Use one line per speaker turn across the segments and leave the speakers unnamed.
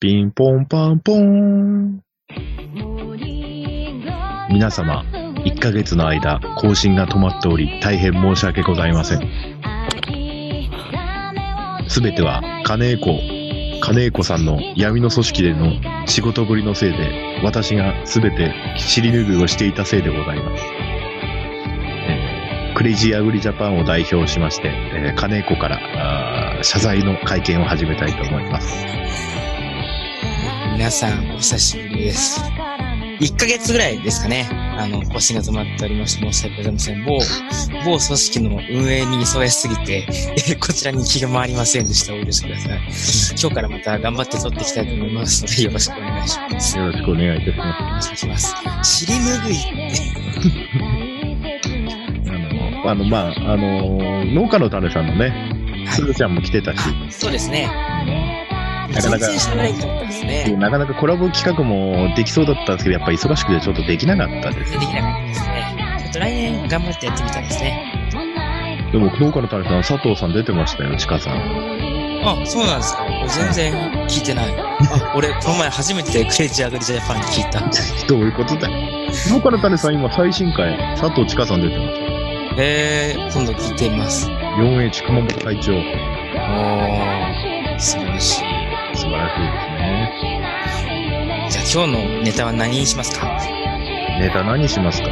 ピンポンパンポーン。
皆様、1ヶ月の間、更新が止まっており、大変申し訳ございません。すべては、金井子、
金子さんの闇の組織での仕事ぶりのせいで、私がすべて尻拭いをしていたせいでございます。えークレイジーアグリジャパンを代表しまして、えー金子からあー謝罪の会見を始めたいと思います。
皆さん、お久しぶりです。1ヶ月ぐらいですかね。あの、腰が止まっておりまして申し訳ございません。某、某組織の運営に忙しすぎて、 え こちらに気が回りませんでした。お許しください。今日からまた頑張って撮っていきたいと思いますので、よろしくお願いします。よ
よろしくお願いいたします。
ろしくお願いします。尻拭い って、
あの、あのまあ、あの農家の種さんのね、
はい
すずちゃんも来てたし、
あ、そうですね。
なかな
全
か
然してないと思ったんですね。
なかなかコラボ企画もできそうだったんですけど、やっぱり忙しくてちょっとできなかったです。
全然できなかったですね。ちょっと来年頑張ってやってみたいですね。
でも、農家の種さん、佐藤さん出てましたよ、ちかさん。
あ、そうなんですか。俺全然聞いてない。あ、俺、この前初めてクレイジーアグリジャパンに聞いた。
どういうことだよ。農家の種さん、今、最新回、佐藤ちかさん出てます。
えー、今度聞いてみます。
4H 熊本会長。
おー、素晴らしい。
素晴らしいですね。
じゃあ今日のネタは何にしますか
ネタ何しますか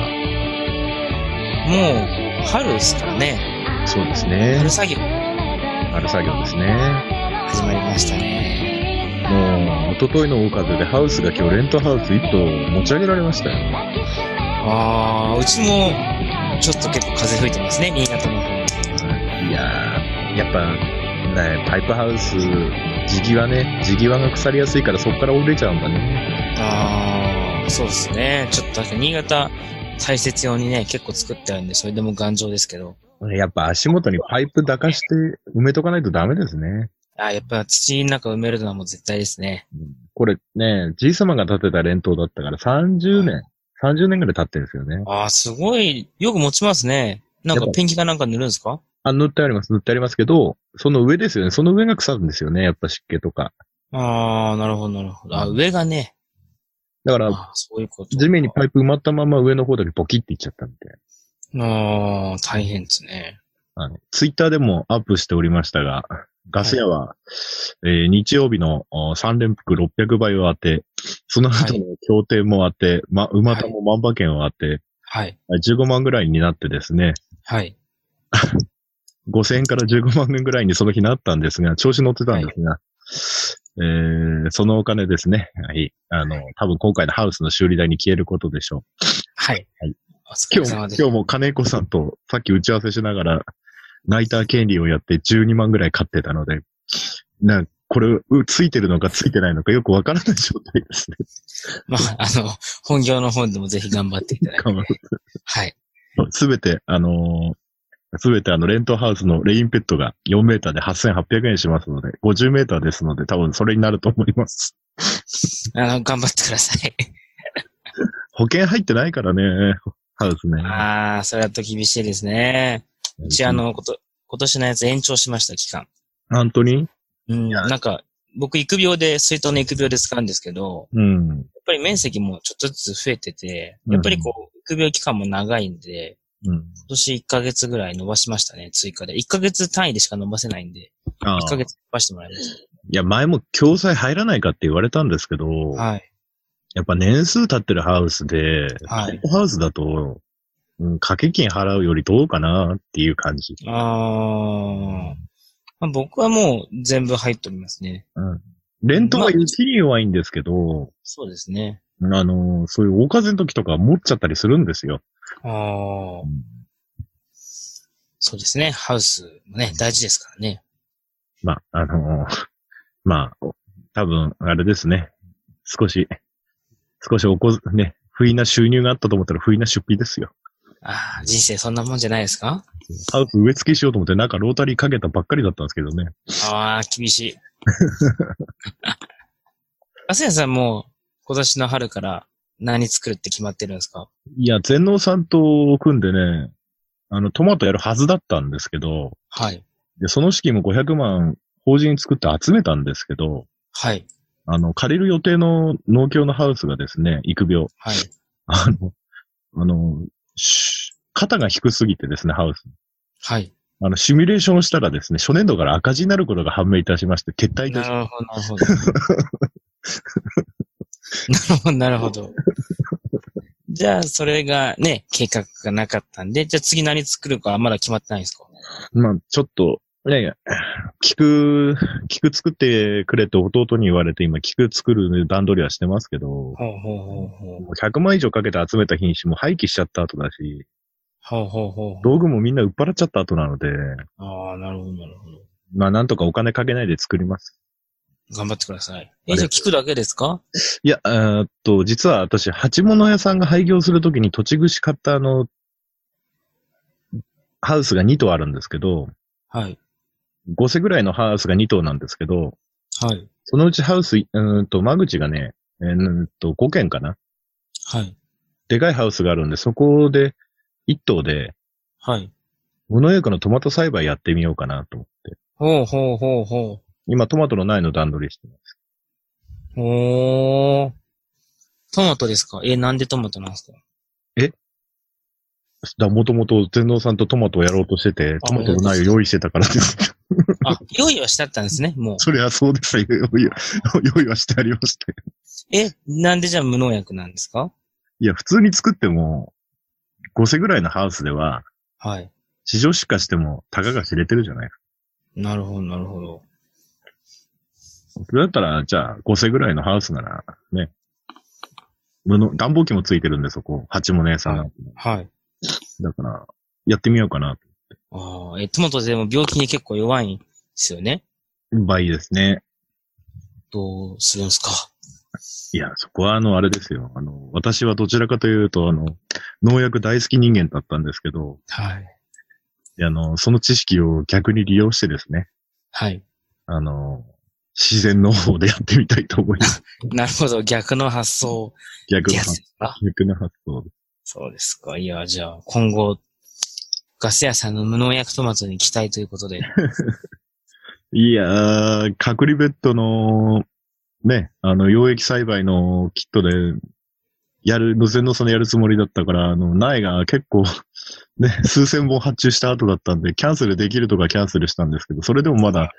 もう、春ですからね。
そうですね
春。作業
ある作業ですね。
始まりましたね。
もう、一昨日の大風でハウスが今日、レントハウス1棟持ち上げられましたよ。
あー、うちも、ちょっと結構風吹いてますね、新潟の方。
いやー、やっぱ、ね、パイプハウス、地際ね、地際が腐りやすいからそこから折れちゃうんだね。
あー、そうですね。ちょっとだけ新潟、大雪用にね、結構作ってあるんで、それでも頑丈ですけど。
やっぱ足元にパイプ抱かして埋めとかないとダメですね。
あー、やっぱ土の中埋めるのはもう絶対ですね。
これね、じい様が建てた連島だったから30年、30年ぐらい経ってるんですよね。
ああ、すごい、よく持ちますね。なん
や
か
っぱ
ペンキかなんか塗るんですか
あ、塗ってあります、塗ってありますけど、その上ですよね。その上が腐るんですよね。やっぱ湿気とか。
ああ、なるほど、なるほど。あ、上がね。
だから、
あーそういうこと。
地面にパイプ埋まったまま上の方だけポキっていっちゃったみたいな。
ああ、大変ですね。
あの、ツイッターでもアップしておりましたが、ガス屋は、えー日曜日のお3連服600倍を当て、その後の協定も当て、ま、馬田も万馬券を当て、
はい。
15万ぐらいになってですね、
はい。
5000円から15万円ぐらいにその日なったんですが、調子乗ってたんですが、えーそのお金ですね。はい。あの、多分今回のハウスの修理代に消えることでしょう。
はい。
はい
お
今
疲れ
日
様
も、
で
今日も金子さんとさっき打ち合わせしながら、ナイター権利をやって12万ぐらい買ってたので、な、これ、うついてるのかついてないのかよくわからない状態ですね。
まあ、あの、本業の方でもぜひ頑張ってい ただいて。はい。
すべて、あのすべてあの、レントハウスのレインペットが4メーターで8800円しますので、50メーターですので、多分それになると思います。
あの、頑張ってください。
保険入ってないからね、ハウスね。
ああ、それだと厳しいですね。うち、あ、の、こと、今年のやつ延長しました、期間。
本当に
うん。
や
なんか、僕、育病で、水筒の育病で使うんですけど、
うん。
やっぱり面積もちょっとずつ増えてて、
うん
やっぱりこう、育病期間も長いんで、
うん。
今年1ヶ月ぐらい伸ばしましたね、追加で。1ヶ月単位でしか伸ばせないんで、
あ
1
ー
ヶ月伸ばしてもらいまし
いや、前も共済入らないかって言われたんですけど、
た。はい。
やっぱ年数経ってるハウスで、
はい。
ハウスだと、うん、掛け金払うよりどうかなっていう感じ。
あーまあ、僕はもう全部入っておりますね。
レントが一に弱いんですけど、
そうですね。
あの、そういう大風の時とか持っちゃったりするんですよ。
あーそうですね。ハウスもね、大事ですからね。
まあ、あの、 まあ、多分、あれですね。少し、少しおこ、ね、不意な収入があったと思ったら不意な出費ですよ。
あー人生そんなもんじゃないですか
ハウス植え付けしようと思って、なんかロータリーかけたばっかりだったんですけどね。
ああ、厳し い。あせやさんもう今年の春から何作るって決まってるんですか
いや、全農さんと組んでね、あの、トマトやるはずだったんですけど、
はい。
で、その資金も500万法人作って集めたんですけど、
はい。
あの、借りる予定の農協のハウスがですね、育苗。
はい。
あの、あの、し肩が低すぎてですね、ハウス。
はい。
あの、シミュレーションをしたらですね、初年度から赤字になることが判明いたしまして、撤退いたしま
な
した
るほど、なるほど。 なるほど、なるほど。じゃあ、それがね、計画がなかったんで、じゃあ次何作るかまだ決まってないんですか
まあ、ちょっと、ね、菊、菊作ってくれって弟に言われて今菊作る段取りはしてますけど、
ほうほうほうほう。
もう100万以上かけて集めた品種も廃棄しちゃった後だし、
ほうほうほうほう。
道具もみんな売っ払っちゃった後なので、
ああ、なるほど、なるほど。
まあなんとかお金かけないで作ります。
頑張ってくださ
あ
い。え、
れ
じゃあ聞くだけですか
いや、えーっと、実は私、鉢物屋さんが廃業するときに土地串買ったあの、ハウスが2棟あるんですけど、
はい。
5世ぐらいのハウスが2棟なんですけど、
はい。
そのうちハウス、うーんと、間口がね、えーうーんと、5軒かな
はい。
でかいハウスがあるんで、そこで、一棟で、
はい。
無農薬のトマト栽培やってみようかなと思って。
ほうほうほうほ
今、トマトの苗の段取りしてます。
う。ほー。トマトですかえ、なんでトマトなんですか
だもともと全農さんとトマトをやろうとしてて、トマトの苗を用意してたから です。
あ、用意はしたったんですね、もう。
そりゃそうですよ。用意は用意はしてありまして。
え、なんでじゃあ無農薬なんですか
いや、普通に作っても、5世ぐらいのハウスでは、
はい。
市場出荷しても、たかが知れてるじゃないです
なるほど、なるほど。
か。それだったら、じゃあ、5世ぐらいのハウスなら、ね。無の暖房機もついてるんで、そこ。鉢物屋さんなんて
はい。
だから、やってみようかな。
ああ、え、トマトでも病気に結構弱いんですよね。
倍ですね。
どうするんですか
いや、そこはあの、あれですよ。あの、私はどちらかというと、あの、農薬大好き人間だったんですけど、
はい。
あの、その知識を逆に利用してですね、
はい。
あの、自然農法でやってみたいと思い ます。
なるほど、逆の発想
逆の
やつで
発
すか
逆の発想です。
そうですか。いや、じゃあ、今後、ガス屋さんの無農薬トマトに期待というこ とで。
いやー、隔離ベッドの、ね、あの、溶液栽培のキットで、やる、無線のそのやるつもりだったから、あの、苗が結構、 ね、数千本発注した後だったんで、キャンセルできるとかキャンセルしたんですけど、それでもまだ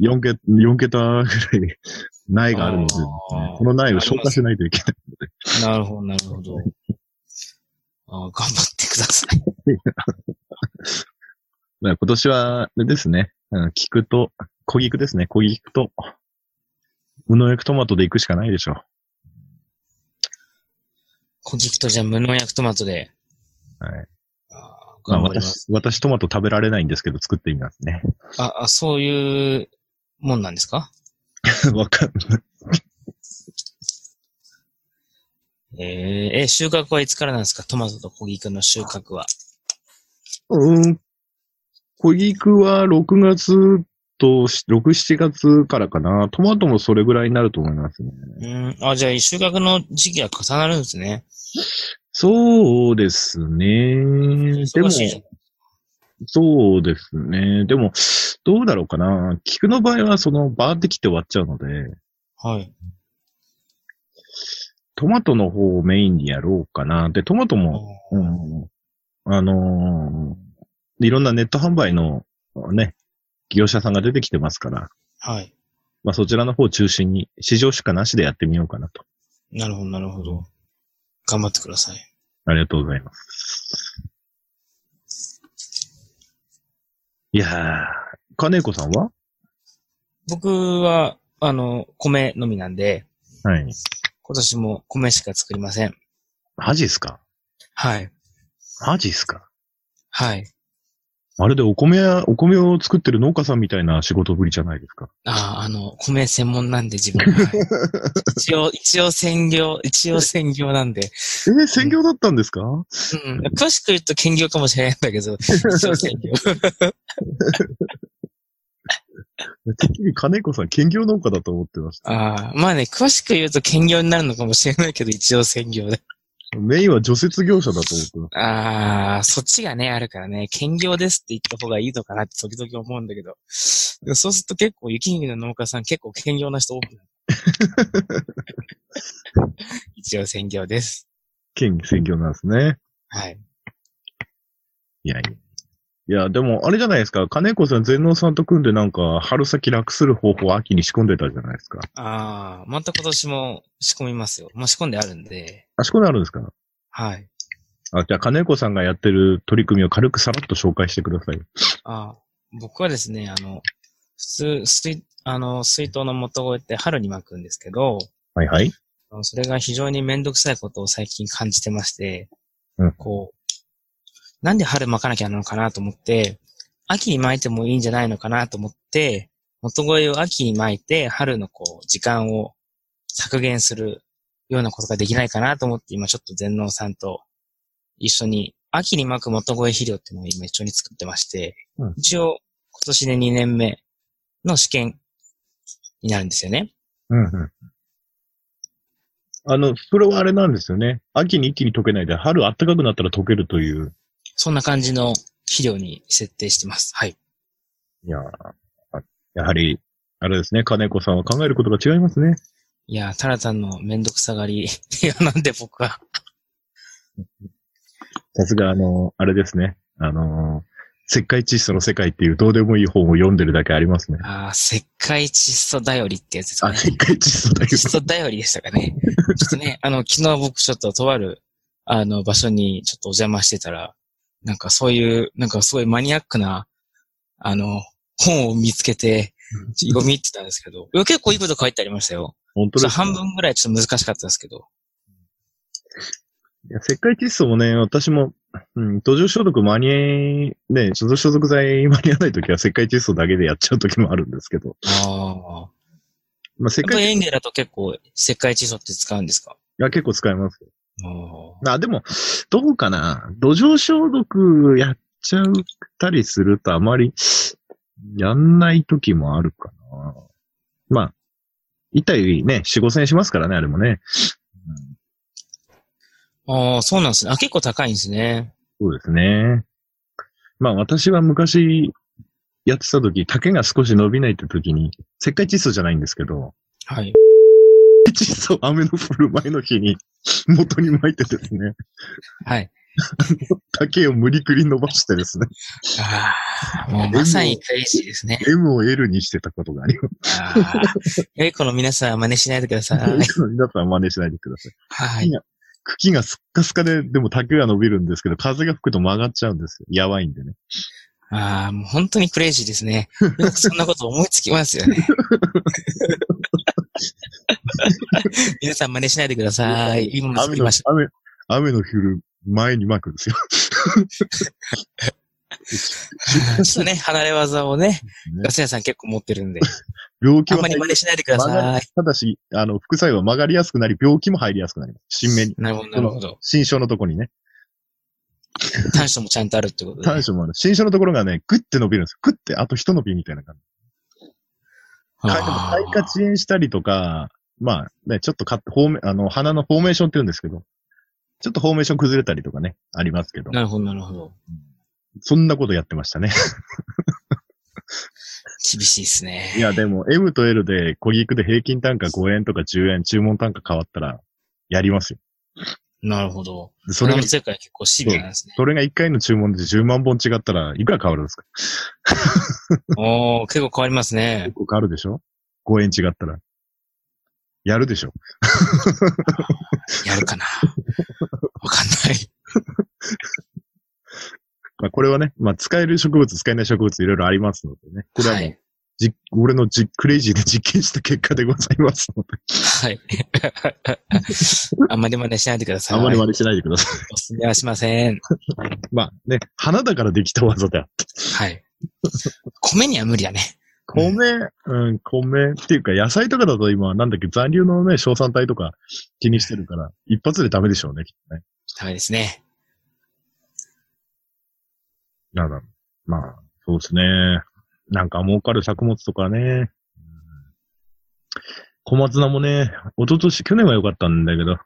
4桁、4桁ぐらい苗があるんですよ、
あー
この苗を消化しないといけない。
なるほど、なるほど。ああ、頑張ってください。
だから今年は、あれですね、うん菊と、小菊ですね、小菊と、無農薬トマトで行くしかないでしょう。
小菊とじゃあ無農薬トマトで。
はい。
あ
ま
ー
あ、
頑張ります。
私、私トマト食べられないんですけど、作ってみますね。
あ、あ、そういうもんなんですか
わかんない。
えー、え、収穫はいつからなんですかトマトと小菊の収穫は。
うん。小菊は6月とし、6、7月からかな。トマトもそれぐらいになると思いますね。
うん、あ、じゃあ収穫の時期が重なるんですね。
そうですね。でも
忙、しいじゃん
そうですね。でも、どうだろうかな。菊の場合は、その、バーってきて終わっちゃうので、
はい。
トマトの方をメインにやろうかな。で、トマトも、うんあのーいろんなネット販売のね、業者さんが出てきてますから、
はい。
まあそちらの方を中心に市場しかなしでやってみようかなと。
なるほど、なるほど。頑張ってください。
ありがとうございます。いやー、金子さんは
僕は、あの、米のみなんで、
はい。
今年も米しか作りません。
マジっすか
はい。
マジっすか
はい。
まるでお米や、お米を作ってる農家さんみたいな仕事ぶりじゃないですか。
ああ、あの、米専門なんで自分。はい 一応、一応専業、一応専業なんで。
えー、専業だったんです か
うん。詳しく言うと兼業かもしれないんだけど、一応専 業。
てっきり 金子さん兼業農家だと思ってました。
ああ、まあね、詳しく言うと兼業になるのかもしれないけど、一応専業で。
メインは除雪業者だと思ってました
ああ、そっちがね、あるからね、兼業ですって言った方がいいのかなって時々思うんだけど、でもそうすると結構雪国の農家さん結構兼業な人多くなる。一応専業です。
県選挙なんですね。
はい。
いやいや。いや、でも、あれじゃないですか。金子さん、全能さんと組んでなんか、春先楽する方法を秋に仕込んでたじゃないですか。
ああ、また今年も仕込みますよ。もう仕込んであるんで。
あ、仕込んであるんですか
はい。
あ、じゃあ金子さんがやってる取り組みを軽くさらっと紹介してください。
あー僕はですね、あの、普通、水、あの、水筒の元をって春に巻くんですけど、
はいはい。
あのそれが非常にめんどくさいことを最近感じてまして、
うん
こう、なんで春巻かなきゃなのかなと思って、秋に巻いてもいいんじゃないのかなと思って、元声を秋に巻いて、春のこう、時間を削減するようなことができないかなと思って、今ちょっと全農さんと一緒に、秋に巻く元声肥料っていうのを今一緒に作ってまして、
うん
一応今年で2年目の試験になるんですよね。
うんうん。あの、それはあれなんですよね。秋に一気に溶けないで、春暖かくなったら溶けるという。
そんな感じの肥料に設定してます。はい。
いやー、あやはり、あれですね。金子さんは考えることが違いますね。
いやー、タラタンのめんどくさがり。い や、なんで僕は。
さすが、あの、あれですね。あのー、石灰窒素の世界っていうどうでもいい本を読んでるだけありますね。
ああ、石灰窒素頼りってやつですか
あ、
ね。
石灰窒素だけ
窒
ど。
素頼りでしたかね。ちょっとね、 あの、昨日僕ちょっととある、あの、場所にちょっとお邪魔してたら、なんかそういう、なんかすごいマニアックな、あの、本を見つけて、読み入ってたんですけど、いや結構いいこと書いてありましたよ。
本当
ち
で
ょっと
すか
半分ぐらいちょっと難しかったですけど。
いや、石灰窒素もね、私も、うん、途上所得間に合い、ね、所属所属剤間に合わないときは石灰窒素だけでやっちゃうときもあるんですけど。
ああ。
まあ、石
やっぱ
灰
り
窒素
園芸だと結構石灰窒素って使うんですか
は結構使えますよ。
ああ。
あ、でも、どうかな。土壌消毒やっちゃったりするとあまり、やんないときもあるかな。まあ、痛いね、4、5千円しますからね、あれもね。
ああ、そうなんですね。あ、結構高いんですね。
そうですね。まあ私は昔やってた時、丈が少し伸びないって時に、石灰窒素じゃないんですけど、
はい。
窒素を雨の降る前の日に元に巻いてですね、
はい。
丈を無理くり伸ばしてですね、
ああ、もうまさにクレイジーですね。
M を L にしてたことがありま
ああ。良い子の皆さんは真似しないでください。
す。皆さん真似しないでください。
はい。
茎がすっかすかで、でも丈が伸びるんですけど、風が吹くと曲がっちゃうんですよ。やばいんでね。
ああ、もう本当にクレイジーですね。よくそんなこと思いつきます よね。皆さん真似しないでください。今の作
雨
り
の
まし、た。
雨、雨の降る前に巻くん ですよ。
あーちょっとね、離れ技をね、
ね
ガス屋さん結構持ってるんで、
病気
あん
は
まり真似しないでください。
ただし、あの、副作用は曲がりやすくなり、病気も入りやすくなります。新芽に。
なるほど、なるほど。
新書のとこにね。
短所もちゃんとあるってことで、
短所もある。新書のところがね、グッて伸びるんですよ。グッて、あと一伸びみたいな感じ。開
あー
花遅延したりとか、まあね、ちょっとカット、フォーメあの、花のフォーメーションって言うんですけど、ちょっとフォーメーション崩れたりとかね、ありますけど、
なるほど、なるほど。
そんなことやってましたね。
厳しいですね。
いや、でも、M と L で、小菊で平均単価5円とか10円、注文単価変わったら、やりますよ。
なるほど。
そ
そ
れ
れ
が
の、世界結構シビアなんですね。
それが1回の注文で10万本違ったらいくら変わるんですか
おー、結構変わりますね
結。構変わるでしょ ?5 円違ったら。やるでしょ
やるか な。わかんない。
まあこれはね、まあ使える植物、使えない植物いろいろありますのでね。これはもう、
い。
じ俺のじクレイジーで実験した結果でございますので、
はい。 あんまり真似しないでくださ
あ
い。
まり真似しないでくださ
おすすめはしません。
い。まあね、花だからできた技だ。
はい。米には無理だね。
米、うん、米っていうか野菜とかだと今なんだっけ残留のね、硝酸体とか気にしてるから、一発でダメでしょうね、きっとね。
ダメですね。
なんだろうまあ、そうですね。なんか儲かる作物とかね。うん小松菜もね、一昨年去年は良かったんだけど、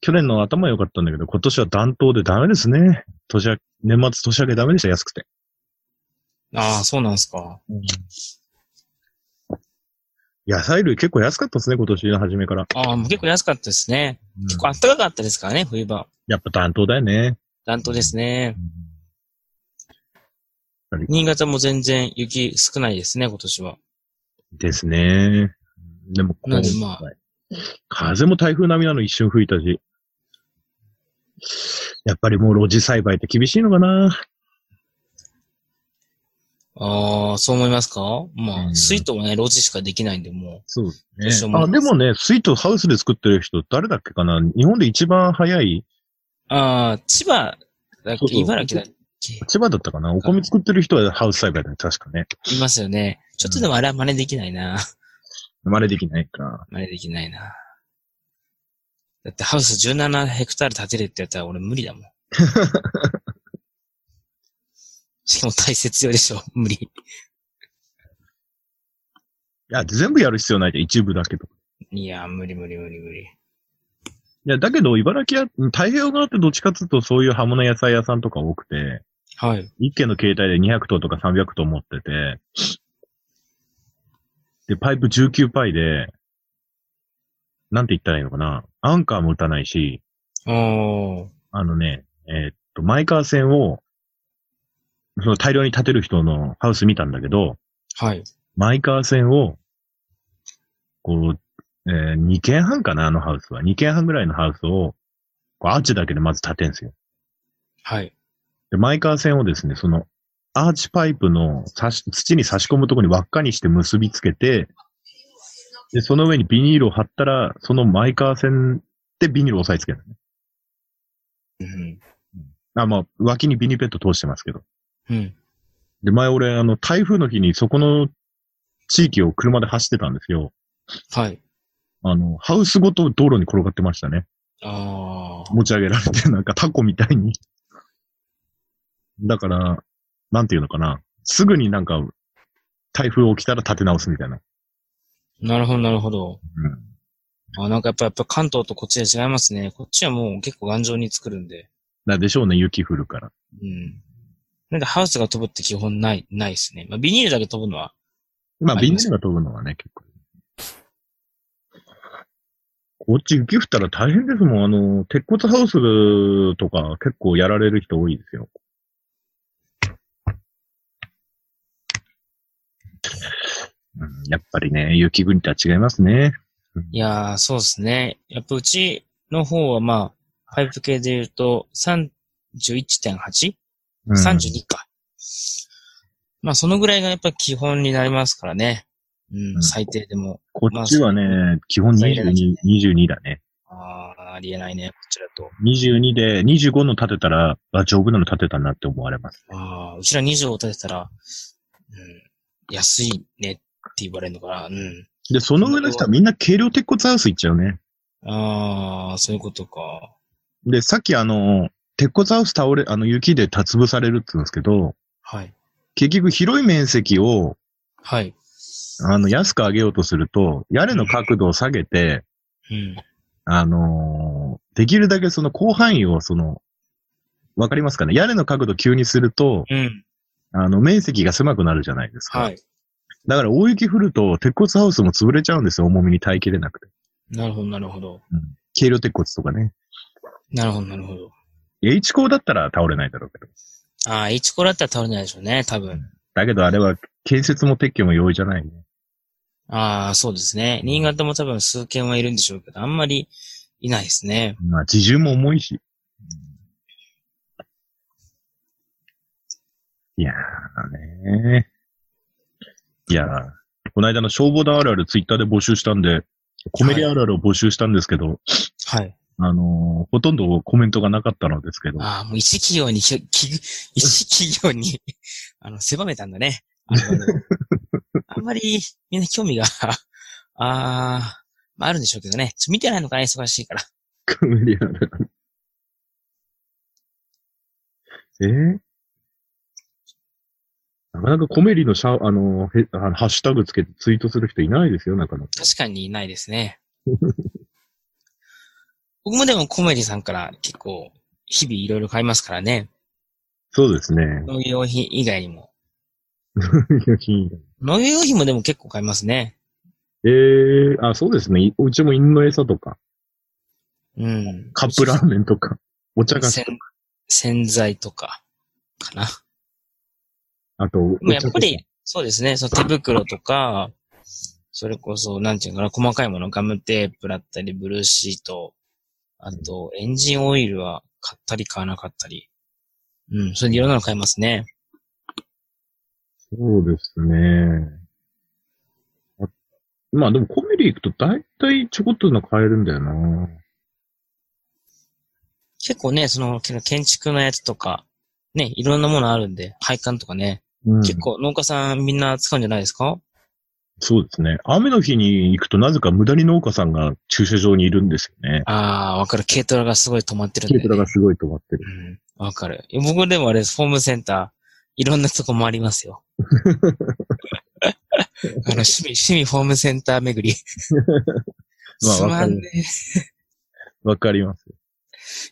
去年の頭は良かったんだけど、今年は暖冬でダメですね。年明年末年明けダメでした、安くて。
ああ、そうなんですか。
野菜類結構安かったですね、今年の初めから。
ああ、もう結構安かったですね。
うん
結構暖かかったですからね、冬場。
やっぱ担当だよね。
暖冬ですね。
うん
新潟も全然雪少ないですね、今年は。
ですね。でも、
なんでまあ
風も台風並みなの一瞬吹いたし。やっぱりもう露地栽培って厳しいのかな
ああ、そう思いますかまあ、
うん
水筒はね、路地しかできないんで、も
そう
ね。
ですあ、でもね、水筒ハウスで作ってる人、誰だっけかな日本で一番早いう
ああ、千葉だっ
そう
け
そう
茨城だっけ
千葉だったかなお米作ってる人はハウス栽培だね、確かね。
いますよね。ちょっとでもあれは真似できない な。
生まれできないか。
真似できないな。だってハウス17ヘクタール建てるってやったら俺無理 だもん。しかも大切よでしょ 無理。
いや、全部やる必要ないじゃん、一部だけど。
いや、無理無理無理無理。
いや、だけど、茨城や、太平洋側ってどっちかっつうとそういう葉物野菜屋さんとか多くて、
はい。
一軒の携帯で200頭とか300頭持ってて、で、パイプ19パイで、なんて言ったらいいのかな。アンカーも打たないし、
おー。
あのね、えーっと、マイカー線を、その大量に建てる人のハウス見たんだけど、
はい。
マイカー線を、こう、え2軒半かな、あのハウスは。2軒半ぐらいのハウスを、こうアーチだけでまず建てんすよ。
はい。
で、マイカー線をですね、その、アーチパイプの差し土に差し込むところに輪っかにして結びつけて、で、その上にビニールを貼ったら、そのマイカー線でビニールを押さえつけるのね。
うん。
あ、まあ、脇にビニペット通してますけど。
うん。
で、前俺、あの、台風の日にそこの地域を車で走ってたんですよ。
はい。
あの、ハウスごと道路に転がってましたね。
あー。
持ち上げられて、 なんかタコみたいに。だから、なんていうのかな。すぐになんか、台風起きたら立て直すみたいな。
なるほど、なるほど。
うん
あなんかやっぱ、やっぱ関東とこっちで違いますね。こっちはもう結構頑丈に作るんで。
なんでしょうね、雪降るから。
うん。なんでハウスが飛ぶって基本ない、ないですね。まあ、ビニールだけ飛ぶのは。
まあ、
あり
ビニー
ます
ルが飛ぶのはね、結構。こっち雪降ったら大変ですもん。あの、鉄骨ハウスとか結構やられる人多いですよ。うん、やっぱりね、雪国とは違いますね。
いやー、そうですね。やっぱうちの方はまあ、パイプ系で言うと 31.8?32
うん、
か。まあ、そのぐらいがやっぱ基本になりますからね。
う
う
ん
ん、最低でも。
こっちはね、基本22、22だね。
あー、ありえないね、こちらと。
22で、25の建てたら、あ、丈夫なの建てたなって思われます。
ああ、うちら2畳を建てたら、うん、安いねって言われるのかな。うん。
で、その上の人はみんな軽量鉄骨ハウス行っちゃうね。
ああ、そういうことか。
で、さっきあの、鉄骨ハウス倒れ、あの、雪で立つぶされるって言うんですけど、
はい。
結局広い面積を、
はい。
あの、安く上げようとすると、屋根の角度を下げて、
うん。
あのーできるだけその広範囲をその、わかりますかね屋根の角度急にすると、
うん。
あの、面積が狭くなるじゃないですか。
はい。
だから大雪降ると、鉄骨ハウスも潰れちゃうんですよ、重みに耐えきれなくて。
なるほど、なるほど。
軽量鉄骨とかね。
なるほど、なるほど。
H 鋼だったら倒れないだろうけど。
ああ、一コラだったら倒れないでしょうね、多分。
だけどあれは、建設も撤去も容易じゃないね。
ああ、そうですね。新潟も多分数件はいるんでしょうけど、あんまりいないですね。
まあ、自重も重いし。いやーねいやー、この間の消防団あるあるツイッターで募集したんで、コメディあるあるを募集したんですけど、
はい。
あのーほとんどコメントがなかったのですけど、
ああ、もう一企業にひょ、き一企業に、 あの、狭めたんだね。あ のあんまり、みんな興味が、 ああ、まああるんでしょうけどね。ちょ見てないのかな、忙しいから。
コメディあるある。えーなかなかコメディのシャ、あのーへあの、ハッシュタグつけてツイートする人いないですよ、なかなか。
確かにいないで すね。僕もでもコメディさんから結構、日々いろいろ買いますからね。
そうですね。
農業用品以外にも。
いやいい
農業用品もでも結構買いますね。
ええあ、そうですね。いうちも犬の餌とか、
うん。
カップラーメンと か、お茶菓子
洗、洗剤とか、かな。
あと、
でも
お
や
茶
っぱり、そうですね、その手袋とか、それこそ、なんていうのかな、細かいもの、ガムテープだったり、ブルーシート、あと、エンジンオイルは買ったり買わなかったり。うん、それでいろんなの買いますね。
そうですね。あまあでもコメリ行くと大体ちょこっとの買えるんだよな。
結構ね、その、け建築のやつとか、ね、いろんなものあるんで、配管とかね、
うん、
結構農家さんみんな使うんじゃないですか
そうですね。雨の日に行くとなぜか無駄に農家さんが駐車場にいるんですよね。
あー、わかる。軽トラがすごい止まってるんで、
軽ト
ね。
ラがすごい止まってる。
うん、わかる。いや僕でもあれです、ホームセンター、いろんなとこ回ります よ。あの、趣味、趣味ホームセンター巡り。
まあ
すまんね。
わかります。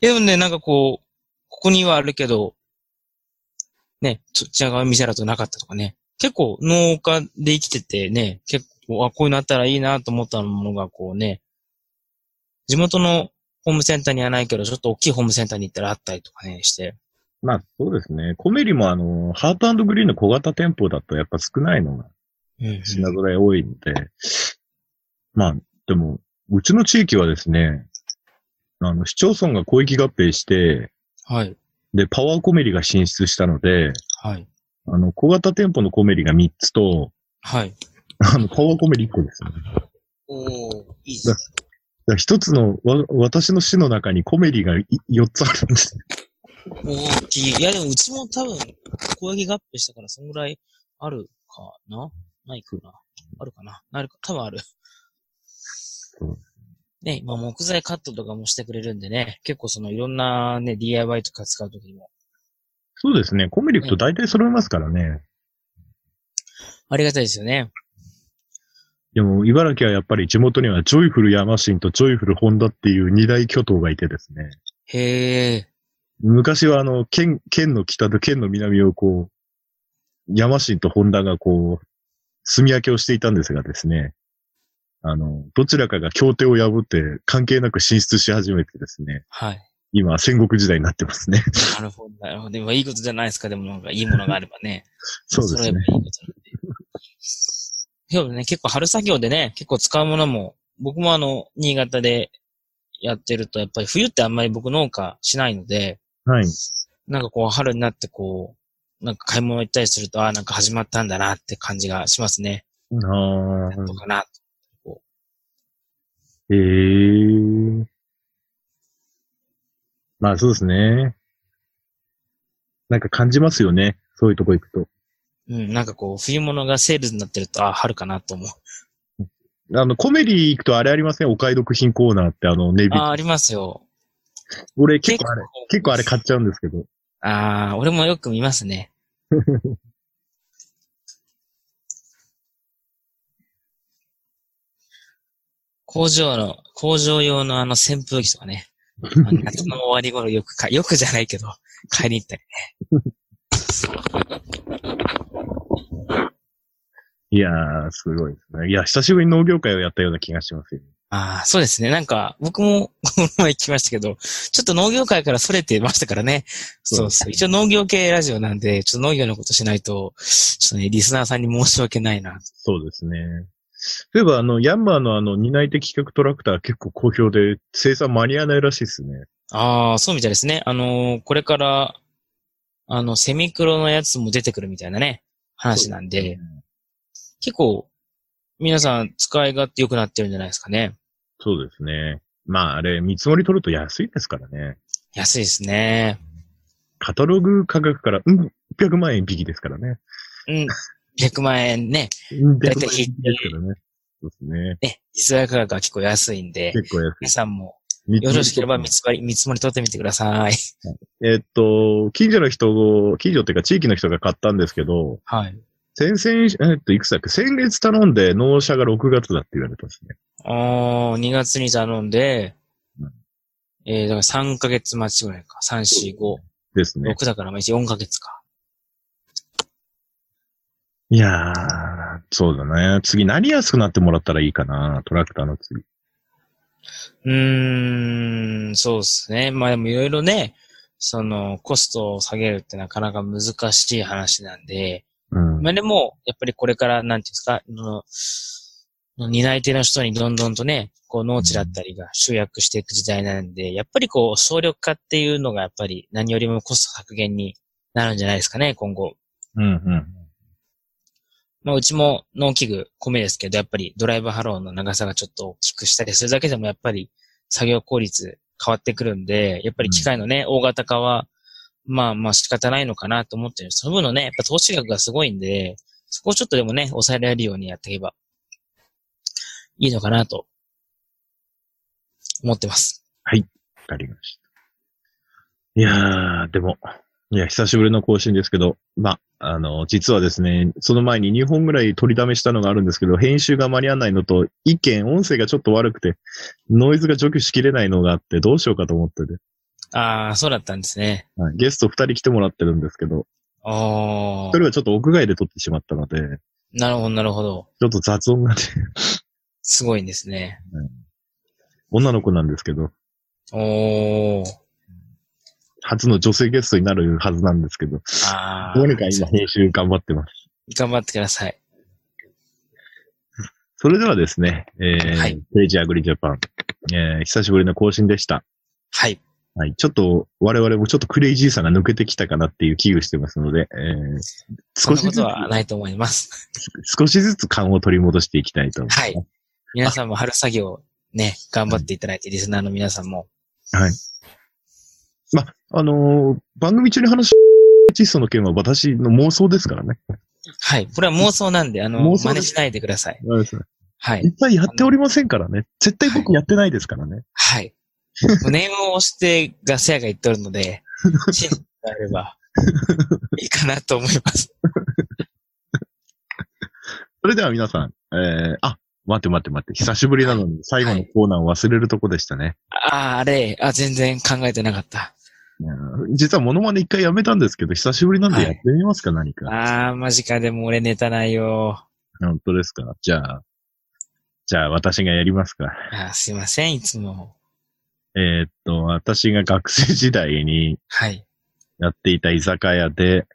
いやでもね、なんかこう、ここにはあるけど、ね、そっち側見せだとなかったとかね。結構農家で生きててね、結構、あ、こういうのあったらいいなと思ったものがこうね、地元のホームセンターにはないけど、ちょっと大きいホームセンターに行ったらあったりとかね、して。
まあそうですね。コメリもあの、ハートグリーンの小型店舗だとやっぱ少ないのが
うん
品揃え多いので、まあ、でも、うちの地域はですね、あの、市町村が広域合併して、
はい。
で、パワーコメリが進出したので、
はい。
あの、小型店舗のコメリが3つと、
はい。
あの、パワーコメリ1個ですね。
おおいいっ
すねだから一つの、わ、私の市の中にコメリがい4つあるんです。
大きい。いや、でもうちも多分、小焼き合併したから、そんぐらいあるかなないかなあるかななるか、多分ある
うん。
ね、今木材カットとかもしてくれるんでね、結構そのいろんなね、DIY とか使うときにも、
そうですね。コメリ行くと大体揃いますからね。
ありがたいですよね。
でも、茨城はやっぱり地元にはジョイフル山新とジョイフルホンダっていう二大巨頭がいてですね。
へえ、
昔はあの、県、県の北と県の南をこう、山新とホンダがこう、住み分けをしていたんですがですね、あの、どちらかが協定を破って関係なく進出し始めてですね、
はい。
今戦国時代になってますね。
なるほど、なるほど。でもいいことじゃないですか、でもなんかいいものがあればね。
そうですね。
揃えばいいことなんで。今日ね、結構春作業でね、結構使うものも、僕もあの、新潟でやってると、やっぱり冬ってあんまり僕農家しないので、
はい。
なんかこう春になってこう、なんか買い物行ったりすると、ああ、なんか始まったんだなって感じがしますね。
あ
どう
ー
かな。
へえ。まあそうですね。なんか感じますよね。そういうとこ行くと。
うん、なんかこう、冬物がセールになってると、ああ、春かなと思う。
あの、コメリ行くとあれありません、お買い得品コーナーって、あの、ネビ
ああ、ありますよ。
俺結構あれ、結構あれ買っちゃうんですけど。
ああ、俺もよく見ます ね。工場の、工場用のあの扇風機とかね。あの夏の終わり頃よくか、よくじゃないけど、買いに行ったりね。
いやー、すごいですね。いや、久しぶりに農業界をやったような気がしますよ、
ああ、そうですね。なんか、僕もこの前来ましたけど、ちょっと農業界から逸れてましたからね。そうそう。一応農業系ラジオなんで、ちょっと農業のことしないと、ちょっとね、リスナーさんに申し訳ないな。
そうですね。例えば、あの、ヤンマーのあの、担い手企画トラクター結構好評で、生産間に合わないらしいですね。
ああ、そうみたいですね。あのーこれから、あの、セミクロのやつも出てくるみたいなね、話なんで、結構、皆さん使い勝手良くなってるんじゃないですかね。
そうですね。まあ、あれ、見積もり取ると安いですからね。
安いですね。
カタログ価格から、うん、100万円引きですからね。
うん。100万円ね。
うん、
大体
100万円引きですからね。そうですね。
ね。実際価格は結構安いんで、
結構安
皆さんも、
い。
よろしければ見積もり、見積もり取ってみてください。
えっと、近所の人を、近所っていうか地域の人が買ったんですけど、
はい。
先々、えっと、いくつだっけ先月頼んで納車が6月だって言われたんですね。
あー、2月に頼んで
うん、
えー、だから3ヶ月待ちぐらいか。3、4、5、
ですね。
6だからまあ一応4ヶ月か。
いやー、そうだね。次なりやすくなってもらったらいいかな。トラクターの次。
うーん、そうですね。まあでもいろいろね、その、コストを下げるってなかなか難しい話なんで、
うん。
まあでも、やっぱりこれから、なんていうんですか、その、担い手の人にどんどんとね、こう農地だったりが集約していく時代なんで、やっぱりこう、省力化っていうのがやっぱり何よりもコスト削減になるんじゃないですかね、今後。
うんうん。
まあ、うちも農機具、米ですけど、やっぱりドライバーハローの長さがちょっと大きくしたりするだけでも、やっぱり作業効率変わってくるんで、やっぱり機械のね、大型化は、まあまあ仕方ないのかなと思ってる。その分のね、やっぱ投資額がすごいんで、そこをちょっとでもね、抑えられるようにやっていけば、いいのかなと、思ってます。
わかりました。いやー、でも、いや、久しぶりの更新ですけど、ま、あの、実はですね、その前に2本ぐらい取りだめしたのがあるんですけど、編集が間に合わないのと、意見、音声がちょっと悪くて、ノイズが除去しきれないのがあって、どうしようかと思ってて、
ああ、そうだったんですね。
はい、ゲスト2人来てもらってるんですけど、
あ
1
あ
人、はちょっと屋外で撮ってしまったので、
なるほど、なるほど。
ちょっと雑音がね、
すごいんですね。
女の子なんですけど、
おー。
初の女性ゲストになるはずなんですけど、
ああ。
どうにか今編集頑張ってます。
頑張ってください。
それではですね、えー
はい
クレイジーアグリジャパン、えー久しぶりの更新でした。
はい。
はい。ちょっと、我々もちょっとクレイジーさが抜けてきたかなっていう危惧してますので、えー少
そんな
し
こ
ずつ
と、はないと思 います。
少しずつ感を取り戻していきたいと思います。
はい。皆さんも春作業ね、頑張っていただいて、リスナーの皆さんも。
ま、あのー番組中に話し、 窒素の件は私の妄想ですからね。
はい。これは妄想なんで、あの、
妄想です
真似しないでください。はい。
実際やっておりませんからね。絶対僕やってないですからね。
はい。無念を押してガス屋が言っておる ので、信じてもらえれば、いいかなと思います。
それでは皆さん、えー、あ、待って待って待って、久しぶりなのに最後のコーナーを忘れるとこでしたね。
ああ、あれ、あ、全然考えてなかった。
いやー実はモノマネ一回やめたんですけど、久しぶりなんでやってみますか、何か。
ああ、マジか、でも俺ネタないよ。
本当ですかじゃあ、じゃあ私がやりますか。
あーすいません、いつも。
えーっと、私が学生時代に
はい。
やっていた居酒屋で、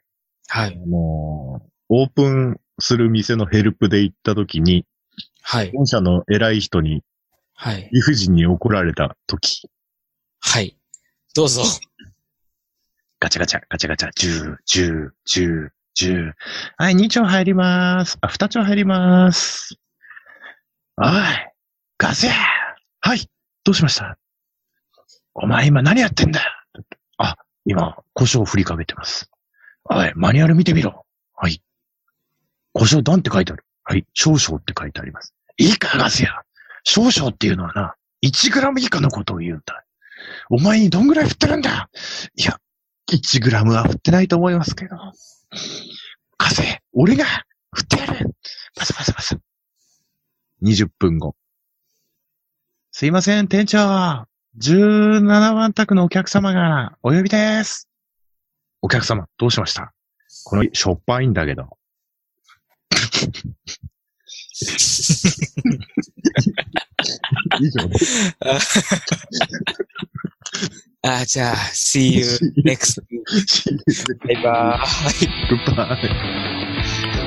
はい。
もう、オープンする店のヘルプで行った時に、
はい。
本社の偉い人に
はい。
理不尽に怒られた時、
はい。どうぞ。
ガチャガチャ、ガチャガチャ、ジュー、ジュー、ジュー、ジュー。はい、2丁入りまーす。あ、2丁入りまーす。おい、ガスやはい、どうしましたお前今何やってんだあ、今、胡椒を振りかけてます。はい、マニュアル見てみろ。はい。胡椒段って書いてある。はい、少々って書いてあります。いいか、ガスや少々っていうのはな、1グラム以下のことを言うんだ。お前にどんぐらい振ってるんだいや、1グラムは振ってないと思いますけど。カセ、俺が振ってやるパサパサパサ。20分後。すいません、店長。17番宅のお客様がお呼びです。お客様、どうしましたこの、しょっぱいんだけど。以 上です。
あ、じゃあ、see you next week. バイバーイ。
グッバイ。